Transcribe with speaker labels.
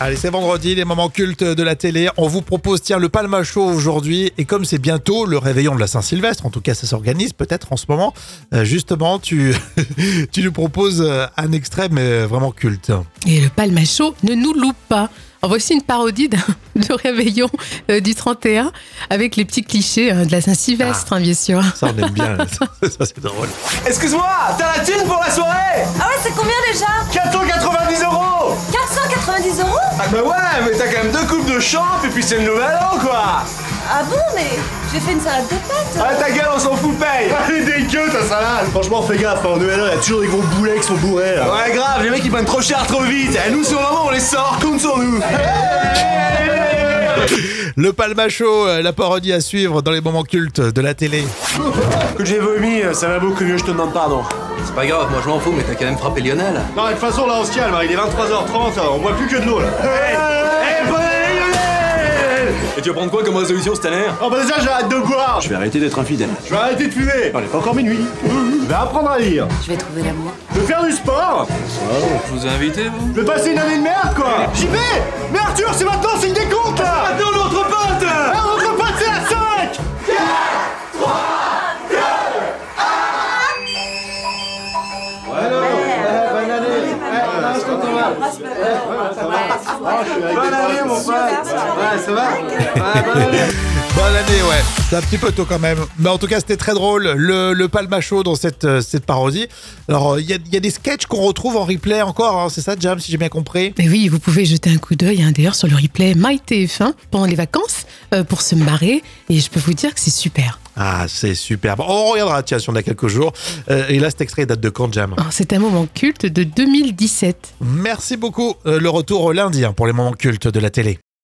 Speaker 1: Allez, c'est vendredi, les moments cultes de la télé. On vous propose, tiens, le Palma Show aujourd'hui. Et comme c'est bientôt le réveillon de la Saint-Sylvestre, en tout cas, ça s'organise peut-être en ce moment. euh, justement, tu, tu nous proposes euh, un extrait, mais vraiment culte.
Speaker 2: Et le palmachot ne nous loupe pas. En voici une parodie d'un- de réveillon euh, du 31 avec les petits clichés hein, de la Saint-Sylvestre, hein, bien sûr.
Speaker 1: Ça, on aime bien. ça, ça, c'est drôle.
Speaker 3: Excuse-moi, t'as la thune pour la soirée
Speaker 4: Ah ouais, c'est combien déjà
Speaker 3: 490 euros
Speaker 4: 490 euros
Speaker 3: Ah bah ouais, mais t'as quand même deux coupes de champ et puis c'est le nouvel an quoi
Speaker 4: Ah bon, mais j'ai fait une salade de pâtes.
Speaker 3: Ah ta gueule, on s'en fout, paye Allez, dégueu ta salade
Speaker 5: Franchement, fais gaffe, hein, au Nouvel An, il y a toujours des gros boulets qui sont bourrés là.
Speaker 3: Ouais, grave, les mecs ils prennent trop cher trop vite Et nous, sur le moment, on les sort, compte sur nous
Speaker 1: Le Palma Show, euh, la parodie à suivre dans les moments cultes de la télé.
Speaker 3: Que j'ai vomi, ça va beaucoup mieux, je te demande pardon.
Speaker 6: C'est pas grave, moi je m'en fous, mais t'as quand même frappé Lionel.
Speaker 5: Non, mais de toute façon, là on se calme, hein, il est 23h30, hein, on boit plus que de l'eau là. Eh,
Speaker 6: Et tu vas prendre quoi comme résolution cette année
Speaker 5: Oh bah déjà, j'ai hâte de boire
Speaker 6: Je vais arrêter d'être infidèle.
Speaker 5: Je vais arrêter de fumer On est pas encore minuit Je vais apprendre à lire
Speaker 4: Je vais trouver l'amour.
Speaker 5: Je vais faire du sport
Speaker 6: Je vous ai invité, vous
Speaker 5: Je vais passer une année de merde quoi J'y vais Mais Arthur, c'est maintenant, signe des comptes là Maintenant l'autre pote Ah, l'autre pote, c'est à 5
Speaker 3: Bonne année, mon pote Ouais, ça va
Speaker 1: Bonne année, ouais. C'est un petit peu tôt quand même. Mais en tout cas, c'était très drôle. Le, le Palma Show dans cette, euh, cette parodie. Alors, euh, il y, a- il y a des sketchs qu'on retrouve en replay encore. hein, c'est ça, Jam, si j'ai bien compris
Speaker 2: Mais oui, vous pouvez jeter un coup d'œil hein, d'ailleurs sur le replay MyTF1 pendant les vacances euh, pour se marrer. Et je peux vous dire que c'est super.
Speaker 1: Ah, c'est superbe. On regardera, tiens, si on a quelques jours. Euh, et là, cet extrait date de quand, Jam
Speaker 2: Alors, Oh, C'est un moment culte de 2017.
Speaker 1: Merci beaucoup. Euh, le retour lundi hein, pour les moments cultes de la télé.